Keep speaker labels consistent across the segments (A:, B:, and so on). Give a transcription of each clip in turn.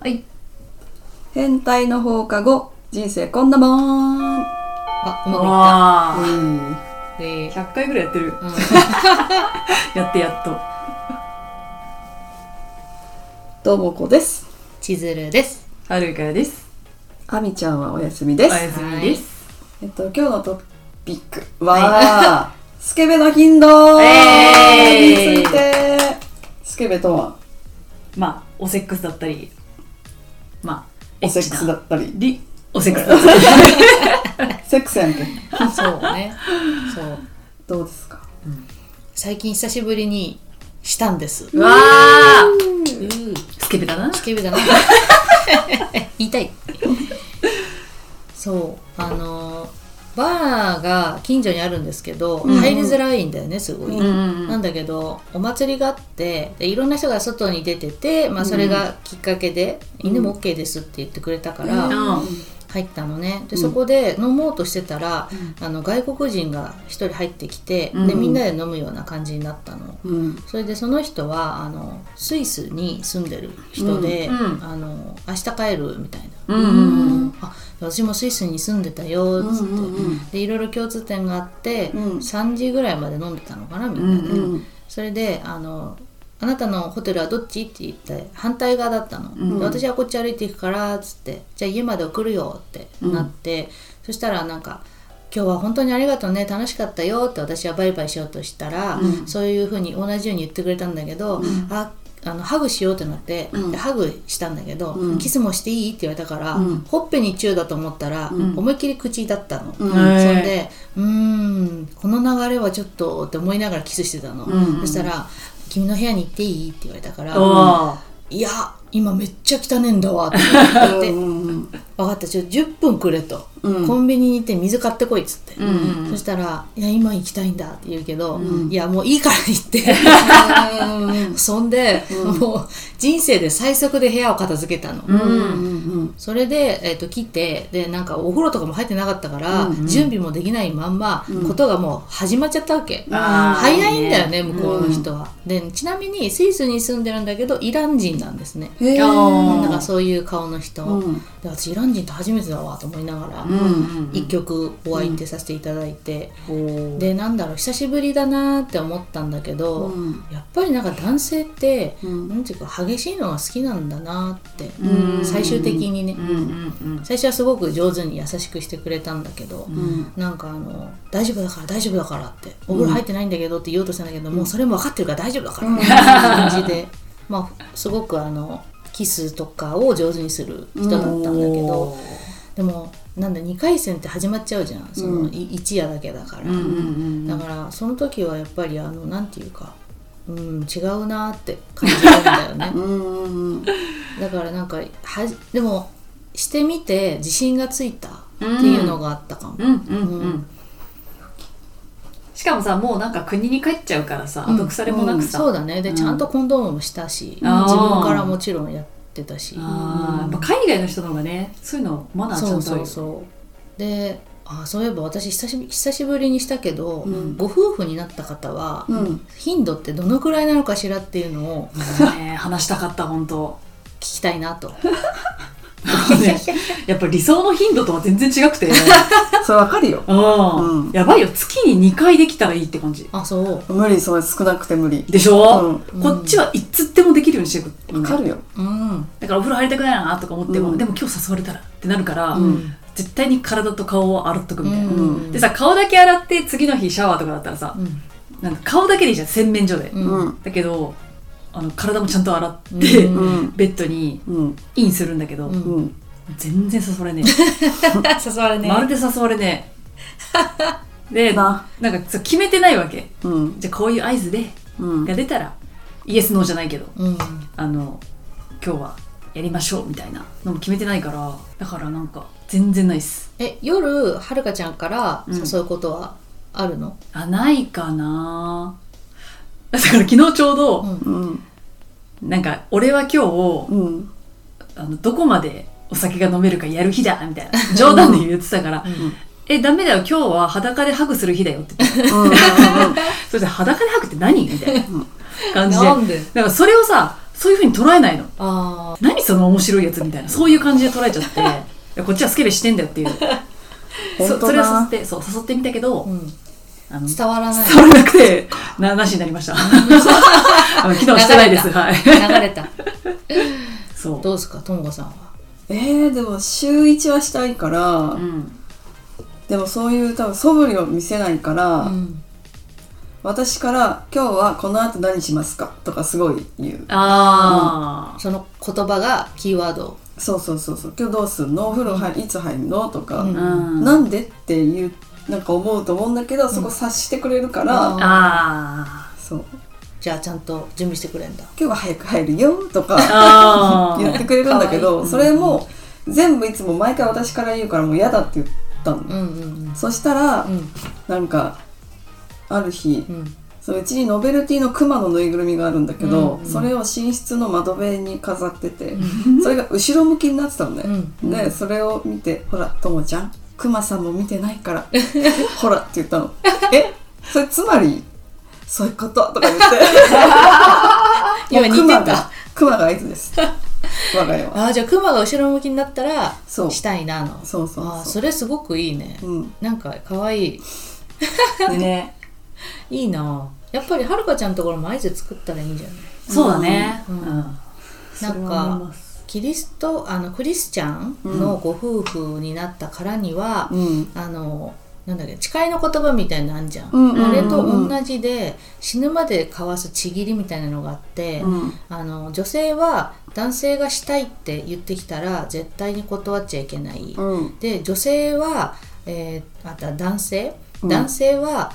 A: はい。
B: 変態の放課後人生こんなもん
A: あ、うま
C: わ
B: うん
A: くいった。で、
C: 100回ぐらいやってる
A: うん。
C: やってやっと
B: ともこです
A: 千鶴です。
C: はるかやです
B: あみちゃんはお休みです
C: おやすみです
B: えっと今日のトピックは、スケベの頻度に
A: えー
B: ついてスケベとは
C: まあおセックスだったりまあ
B: おセックスだったり
C: りおセックスだったり
B: セックスやんけ
A: そうね。そう。
B: どうですか
A: 最近久しぶりにしたんです。
C: うわー
A: うー
C: スケベだな
A: スケベだな。 言いたい。そう。あのーバーが近所にあるんですけど、
C: ん
A: 入りづらいんだよね、すごい。
B: うん
A: なんだけどお祭りがあってでいろんな人が外に出てて、まあ、それがきっかけで、犬も OK ですって言ってくれたから、
B: うん
A: 入ったのねで、
B: うん
A: そこで飲もうとしてたら、あの外国人が一人入ってきて、
C: う
A: で
C: ん
A: みんなで飲むような感じになったの。
B: うん
A: それでその人はあのスイスに住んでる人で、
C: うんうん
A: あの明日帰るみたいな、
C: うんうんうん
A: あ私もスイスに住んでたよっつって、
B: うんうんうん
A: でいろいろ共通点があって、
B: うん
A: 3時ぐらいまで飲んでたのかなみんなで、
B: うん
A: それであの「あなたのホテルはどっち?」って言って反対側だったの、
C: うん
A: で私はこっち歩いていくからっつって「じゃあ家まで送るよ」ってなって、そしたらなんか「今日は本当にありがとうね楽しかったよ」って私はバイバイしようとしたら、
C: うん
A: そういうふうに同じように言ってくれたんだけど「ああのハグしよう」ってなって、
B: うん
A: でハグしたんだけど、
B: うん
A: キスもしていい?」って言われたから、
B: うん
A: ほっぺにチューだと思ったら、
B: うん
A: 思いっきり口だったの。
B: うん
C: へー
A: そんで「うーんこの流れはちょっと」って思いながらキスしてたの、
B: うん
A: そしたら「君の部屋に行っていい?」って言われたから
C: お
A: 「
C: ー
A: いや今めっちゃ汚ねえんだ わ」って言っ
B: う
A: て
B: んうん
A: 「分かったちょ10分くれ」と、
B: うん
A: コンビニに行って水買ってこい」っつって、
C: うん
A: そしたら「いや今行きたいんだ」って言うけど「
B: うん
A: いやもういいから行 って」そんで、もう人生で最速で部屋を片付けたの。
C: うん
B: うん
A: それで、えっと来てでなんかお風呂とかも入ってなかったから、
B: うんうん
A: 準備もできないまんま、
B: うん
A: ことがもう始まっちゃったわけ、
C: あー
A: 早いんだよ
C: い
A: ね
C: いね
A: 向こうの人は、でちなみにスイスに住んでるんだけどイラン人なんですね
B: へー
C: あ
A: だからそういう顔の人、
B: うん
A: で私イラン人って初めてだわと思いながら、
C: うん
A: 一曲お相手させていただいて、
C: おー
A: でなんだろう久しぶりだなーって思ったんだけど、
B: うん
A: やっぱりなんか男性って、
B: うん
A: なんていうか激しいのが好きなんだなって、
C: うん
A: 最終的にね、
C: うんうん
A: 最初はすごく上手に優しくしてくれたんだけど、なんかあの「大丈夫だから大丈夫だから」って「お風呂入ってないんだけど」って言おうとしたんだけど、もうそれも分かってるから大丈夫だからっていう感じで、まあ、すごくあのキスとかを上手にする人だったんだけど、でもなんだ2回戦って始まっちゃうじゃんその、
B: うん
A: い一夜だけだから、
C: うんうんうん
A: だからその時はやっぱりあのなんていうか、うん、違うなーって感じるんだよね。
B: うん
A: だからなんかはじでもしてみて自信がついたっていうのがあったかも、
C: うんうんうんしかもさもうなんか国に帰っちゃうからさ
A: うん
C: 毒腐れもなくさ、
A: そうだねで、ちゃんとコンドームもしたし自分からもちろんやってたし
C: あーやっぱ海外の人の方がねそういうのマナーちゃ
A: そ
C: ん
A: う
C: とある
A: そ
C: よ
A: うそうであそういえば私久しぶり久しぶりにしたけど、
B: うん
A: ご夫婦になった方は、
B: うん
A: 頻度ってどのくらいなのかしらっていうのを
C: ね話したかった本当
A: 聞きたいなと
C: ねやっぱ理想の頻度とは全然違く て
B: それわかるよ
C: うん、
B: うん
C: やばいよ月に2回できたらいいって感じ
A: あそう
B: 無理それ少なくて無理
C: でしょ、
A: うん
C: こっちはいつでもできるようにしてくる、
B: わかるよ
A: うん
C: だからお風呂入りたくないなとか思っても、
B: うん
C: でも今日誘われたらってなるから、
A: ん
C: 絶対に体と顔を洗っとくみたいな、
A: うん
C: でさ顔だけ洗って次の日シャワーとかだったらさ
A: うん
C: なんか顔だけでいいじゃん洗面所で、
A: う
B: うんん
C: だけどあの体もちゃんと洗って、
A: うん
B: うん
C: ベッドに
B: うん
C: インするんだけど、
A: うん
B: うん
C: 全然誘われね
A: 誘われ
C: え、
A: ね
C: まるで誘われねえでな
B: なん
C: かそう決めてないわけ
B: うん
C: じゃあこういう合図で
B: うん
C: が出たらイエスノーじゃないけど
A: うん
C: あの今日はやりましょうみたいなのも決めてないからだからなんか全然ないっす
A: え夜はるかちゃんから
C: うん
A: 誘うことはあるの、
C: あないかなだから昨日ちょうど、
A: うん
B: うん
C: なんか俺は今日
B: うん
C: あのどこまでお酒が飲めるかやる日だみたいな冗談で言ってたから
A: うん
C: 「えダメだよ今日は裸でハグする日だよ」って言ってそして裸でハグって何みたいな感じで
A: なんで
C: だからそれをさそういう風に捉えないの
A: あ
C: 何その面白いやつみたいなそういう感じで捉えちゃって いやこっちはスケベしてんだよっていうそ
B: 本
C: そ
B: 当
C: れを誘っ
B: だ。
C: てそう誘ってみたけど、
A: あ、うん、
C: あの
A: 伝わらない
C: 伝わらなくてななしになりました あの機能してないですはい
A: 流れた
C: そう
A: どうですかともこさんは
B: えー、でも週一はしたいから、
C: うん
B: でもそういう多分素振りを見せないから、
A: うん
B: 私から「今日はこの後何しますか?」とかすごい言う
C: あ
A: その言葉がキーワード
B: そうそうそうそう今日どうすんのお風呂入いつ入んのとか、
A: うん
C: あうん
B: なんでっていうなんか思うと思うんだけどそこ察してくれるから、
A: うん
C: あ
B: そう
A: じゃあちゃんと準備してくれんだ
B: 「今日は早く入るよ」とか
C: ーあ
B: 言って
C: ー
B: くれるんだけ
A: か
B: ど
A: わいい
B: それも全部いつも毎回私から言うからもう嫌だって言ったの、
A: うんうん
B: そしたら、
A: うんうん
B: なんかある日、
A: うん
B: そのうちにノベルティのクマのぬいぐるみがあるんだけど、
A: うん
B: それを寝室の窓辺に飾ってて、それが後ろ向きになってたのね、
A: うん
B: でそれを見て「ほらともちゃんクマさんも見てないから ほら」って言ったの「えそれつまりそういうこと」とか言っ
A: 今
B: て
A: 似
B: クマ
A: て
B: が
A: た
B: クマが合図です我が家は
A: ああじゃあクマが後ろ向きになったら
B: そう
A: したいなの
B: そうそう
A: あー
B: そ
A: それすごくいいね
B: う、うん、
A: なんか可愛い
C: ね
A: いいなやっぱりはるかちゃんのところも合図作ったらいいんじゃない
C: そうだね
A: うん
C: それは思います
A: キリストあのクリスチャンのご夫婦になったからには、
B: うん
A: あのなんだっけ誓いの言葉みたいなのあんじゃん、
B: うんうんうん
A: あれと同じで死ぬまで交わすちぎりみたいなのがあって、
B: うん
A: あの女性は男性がしたいって言ってきたら絶対に断っちゃいけない、
B: うん
A: で女性は、えーあとは男性、
B: うん
A: 男性は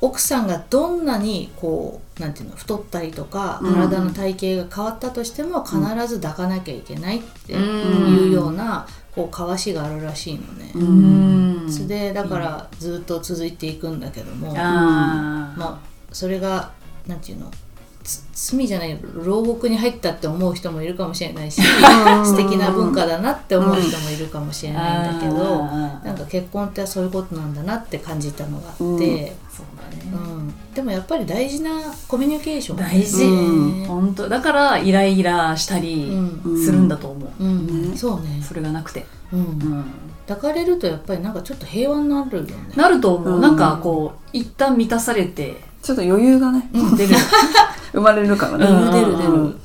A: 奥さんがどんなにこうなんていうの太ったりとか
B: うん
A: 体の体型が変わったとしても必ず抱かなきゃいけないって
C: うん
A: いうようなこうかわしがあるらしいのね。
B: う
C: うんん
A: それでだからずっと続いていくんだけども、
C: あー
A: まあ、それがなんていうのつ罪じゃない牢獄に入ったって思う人もいるかもしれないし素敵な文化だなって思う人もいるかもしれないんだけど、
C: あー
A: なんか結婚ってそういうことなんだなって感じたのがあって、
B: う
A: うんん
C: そうだね
A: でもやっぱり大事なコミュニケーション
C: 大事
A: うん
C: 本当だからイライラしたり
A: うん
C: するんだと思
A: うん
B: ね
A: そうね
C: う、それがなくて
A: うん、抱かれるとやっぱりなんかちょっと平和になるよね
C: なると思
B: うん
C: うなんかこう一旦満たされて
B: ちょっと余裕がね
C: 出る
B: 生まれるからね、
C: うん
A: 出る出る
B: うん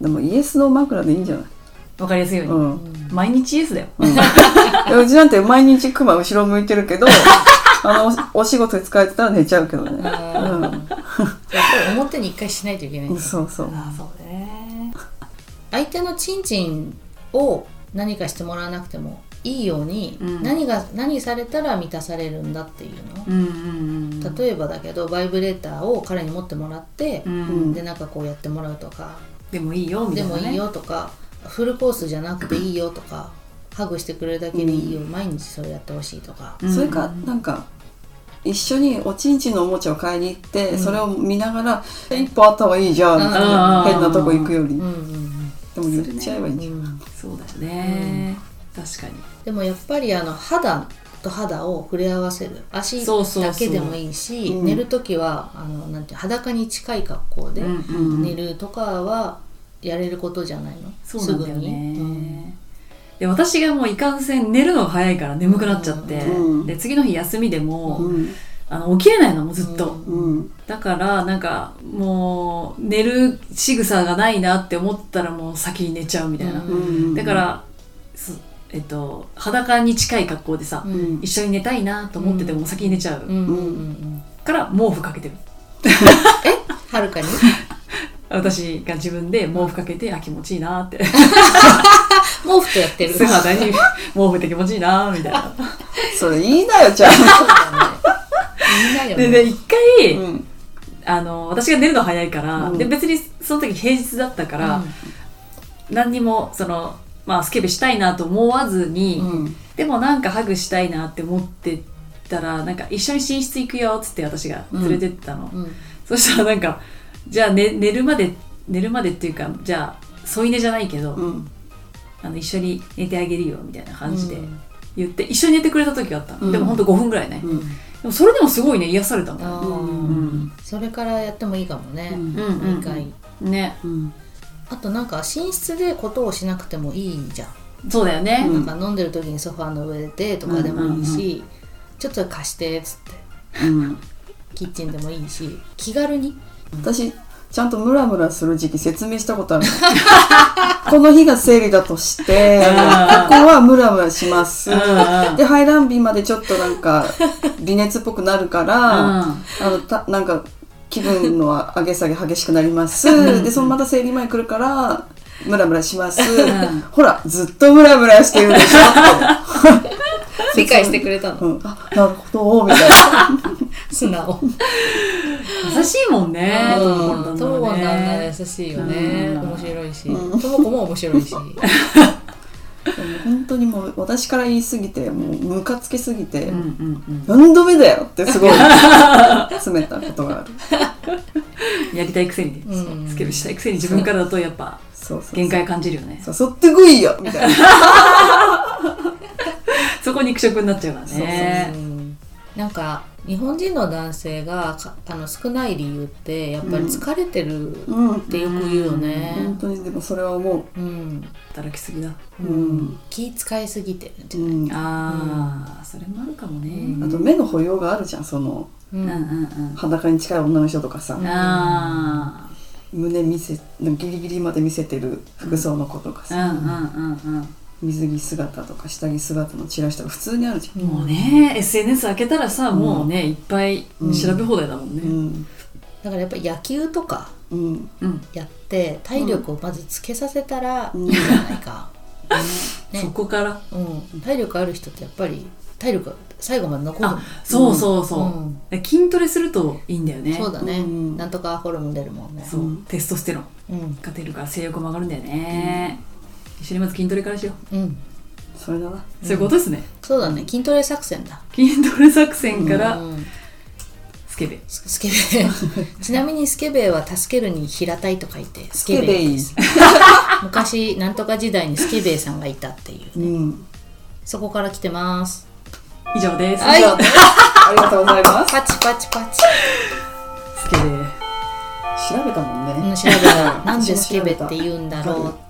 B: でもイエスの枕でいいんじゃない、
C: わかりやすいように
B: うん
C: 毎日イエスだよ
B: うん、でうちなんて毎日クマ後ろ向いてるけどあのおお仕事で疲れてたら寝ちゃうけどね、
A: あーやっぱり表に一回しないといけない
B: うん、そうそう
C: あそうね
A: 相手のチンチンを何かしてもらわなくてもいいように、
C: うん
A: 何が何されたら満たされるんだっていうの、
C: うんうんうん
A: 例えばだけどバイブレーターを彼に持ってもらって
C: う、
B: うん
C: ん
A: でなんかこうやってもらうとか
C: でもいいよみた
A: で
C: いな
A: も
C: ね
A: いいよとかフルコースじゃなくていいよとかハグしてくれるだけでいいよ、毎日それやってほしいとか、
C: うん
B: それかなんか一緒におちんちんのおもちゃを買いに行って、それを見ながら「一歩あった方がいいじゃん」
C: うん
B: 変なとこ行くより、
A: うんうん
B: でも言っちゃえばいい
A: うん
B: じゃん、
A: うん
C: そうだよね確かに
A: でもやっぱりあの肌と肌を触れ合わせる足
C: そうそうそう
A: だけでもいいし
B: うん
A: 寝る時はあのなんていう裸に近い格好で
C: うんうん
A: 寝るとかはやれることじゃないの、
C: そう
A: す
C: なん
A: ぐ
C: だよね
A: に、うん
C: で私がもういかんせん寝るのが早いから眠くなっちゃって、
B: うん
C: で次の日休みでも、
B: うん
C: あの起きれないのもうずっと、
A: うん
B: うん
C: だからなんかもう寝る仕草がないなって思ったらもう先に寝ちゃうみたいな、
A: うん
B: うん、
C: だから、すえっと、裸に近い格好でさ、
A: うん
B: うん
C: 一緒に寝たいなと思ってても先に寝ちゃ
A: う
C: う、
A: んうんうんうん
C: から毛布かけてる
A: はるかに
C: 私が自分で毛布かけてあ気持ちいいなって
A: 毛布とやってる
C: 素肌に毛布って気持ちいいなみたいな
B: それ言いなよちゃん、
A: そうだねみんなよね
C: でで一回、
B: うん
C: あの私が寝るの早いから、
B: うん
C: で別にその時平日だったから、何にもその、まあ、スケベしたいなと思わずに、
B: うん
C: でもなんかハグしたいなって思ってたらなんか一緒に寝室行くよっつって私が連れてったの、
A: うんうん
C: そしたらなんかじゃあ、ね、寝るまで寝るまでっていうかじゃあ添い寝じゃないけど、
B: うん
C: あの一緒に寝てあげるよみたいな感じで
A: うん
C: 言って、一緒に寝てくれた時があったの、
B: うん
C: でもほんと5分ぐらいね、
B: う
C: で
B: ん
C: もそれでもすごいね癒されたもん
A: あ
B: う
A: ー
B: ん
A: それからやってもいいかもね、
B: うん
C: うんうん
A: 一回
C: ね
B: うん
A: あとなんか寝室でことをしなくてもいいじゃん、
C: そうだよね、
B: うん
A: なんか飲んでる時にソファーの上でとかでもいいし、ちょっと貸してっつって
B: うん、
A: キッチンでもいいし気軽に
B: 私ちゃんとムラムラする時期説明した ことあるこの日が生理だとしてここはムラムラします
C: うん
B: で排卵日までちょっとなんか微熱っぽくなるから、あのたなんか気分の上げ下げ激しくなりますでそのまた生理前来るからムラムラします
C: ん
B: ほらずっとムラムラしてるでしょ
A: 理解してくれた
B: って、
A: の
B: うん、あなるほどみたいな
A: 素直
C: 優しいもんね。
A: うん
C: ト
A: ト
C: モ
A: モ
C: コ
A: コン旦
C: ン旦那
A: 那
C: ね
A: 優しいよね
C: うん
A: 面白いし
B: うん
A: トモコも面白いし
B: でも本当にもう私から言いすぎてもうムカつきすぎて、
C: うんうん
B: 何度目だよってすごい詰めたことがある
C: うん。やりたいくせにね。
A: うん
C: そうスケベしたいくせに自分からだとやっぱ
B: そうそうそう
C: 限界感じるよね。
B: 誘ってこいよみたいな
C: そこ肉食になっちゃうからね。
A: うんなんか日本人の男性がかあの少ない理由ってやっぱり疲れてるっ
B: うん
A: てよく言うよね
B: 本当にでもそれは思
A: うん
C: 働きすぎだ。
B: ううん、
A: 気使いすぎてるんじゃな
B: う
A: い
B: ん、あ
C: ああ、それもあるかもね。
B: と目の保養があるじゃんその
A: う
C: うんんうん
B: 裸に近い女の人とかさ、
C: うん。あ
B: 胸見せギリギリまで見せてる服装の子とか
C: あ、う
B: さ、
C: んうんうん
B: 水着姿とか下着姿のチラシとか普通にあるじゃ
C: うん。もうね、SNS 開けたらさ、もうね、いっぱい調べ放題だもん
B: ん。う
C: ね。
B: ん
A: だからやっぱり野球とか
B: うん
C: うん。
A: やって体力をまずつけさせたらい
B: うん
A: いんじゃないか、ね
C: そこから。
A: うん、体力ある人ってやっぱり体力が最後まで残る
C: あ、そうそうそうう。
A: ん
C: 筋トレするといいんだよね。
A: そうだね、
B: うん。
A: なんとかホルモン出るもんね
C: そううんテストステロン。
A: うん
C: 勝てるから性欲も上がるんだよね、一緒にまず筋トレからしよう
A: うん
B: それだな
C: そういうことですね、
A: そうだね筋トレ作戦だ
C: 筋トレ作戦から
A: うん、
C: スケベ
A: ススケベちなみにスケベは助けるに平たいと書いてス
B: ス
A: ケ
B: ケ
A: ベ
B: ベイ
A: です昔なんとか時代にスケベさんがいたっていう
B: うん
A: そこから来てます
C: 以上です、
A: はい
B: 以上ですありがとうござい ます
A: パチパチパチ
C: スケベ
B: 調べたもんね
A: うん調べたなんでスケベって言うんだろうって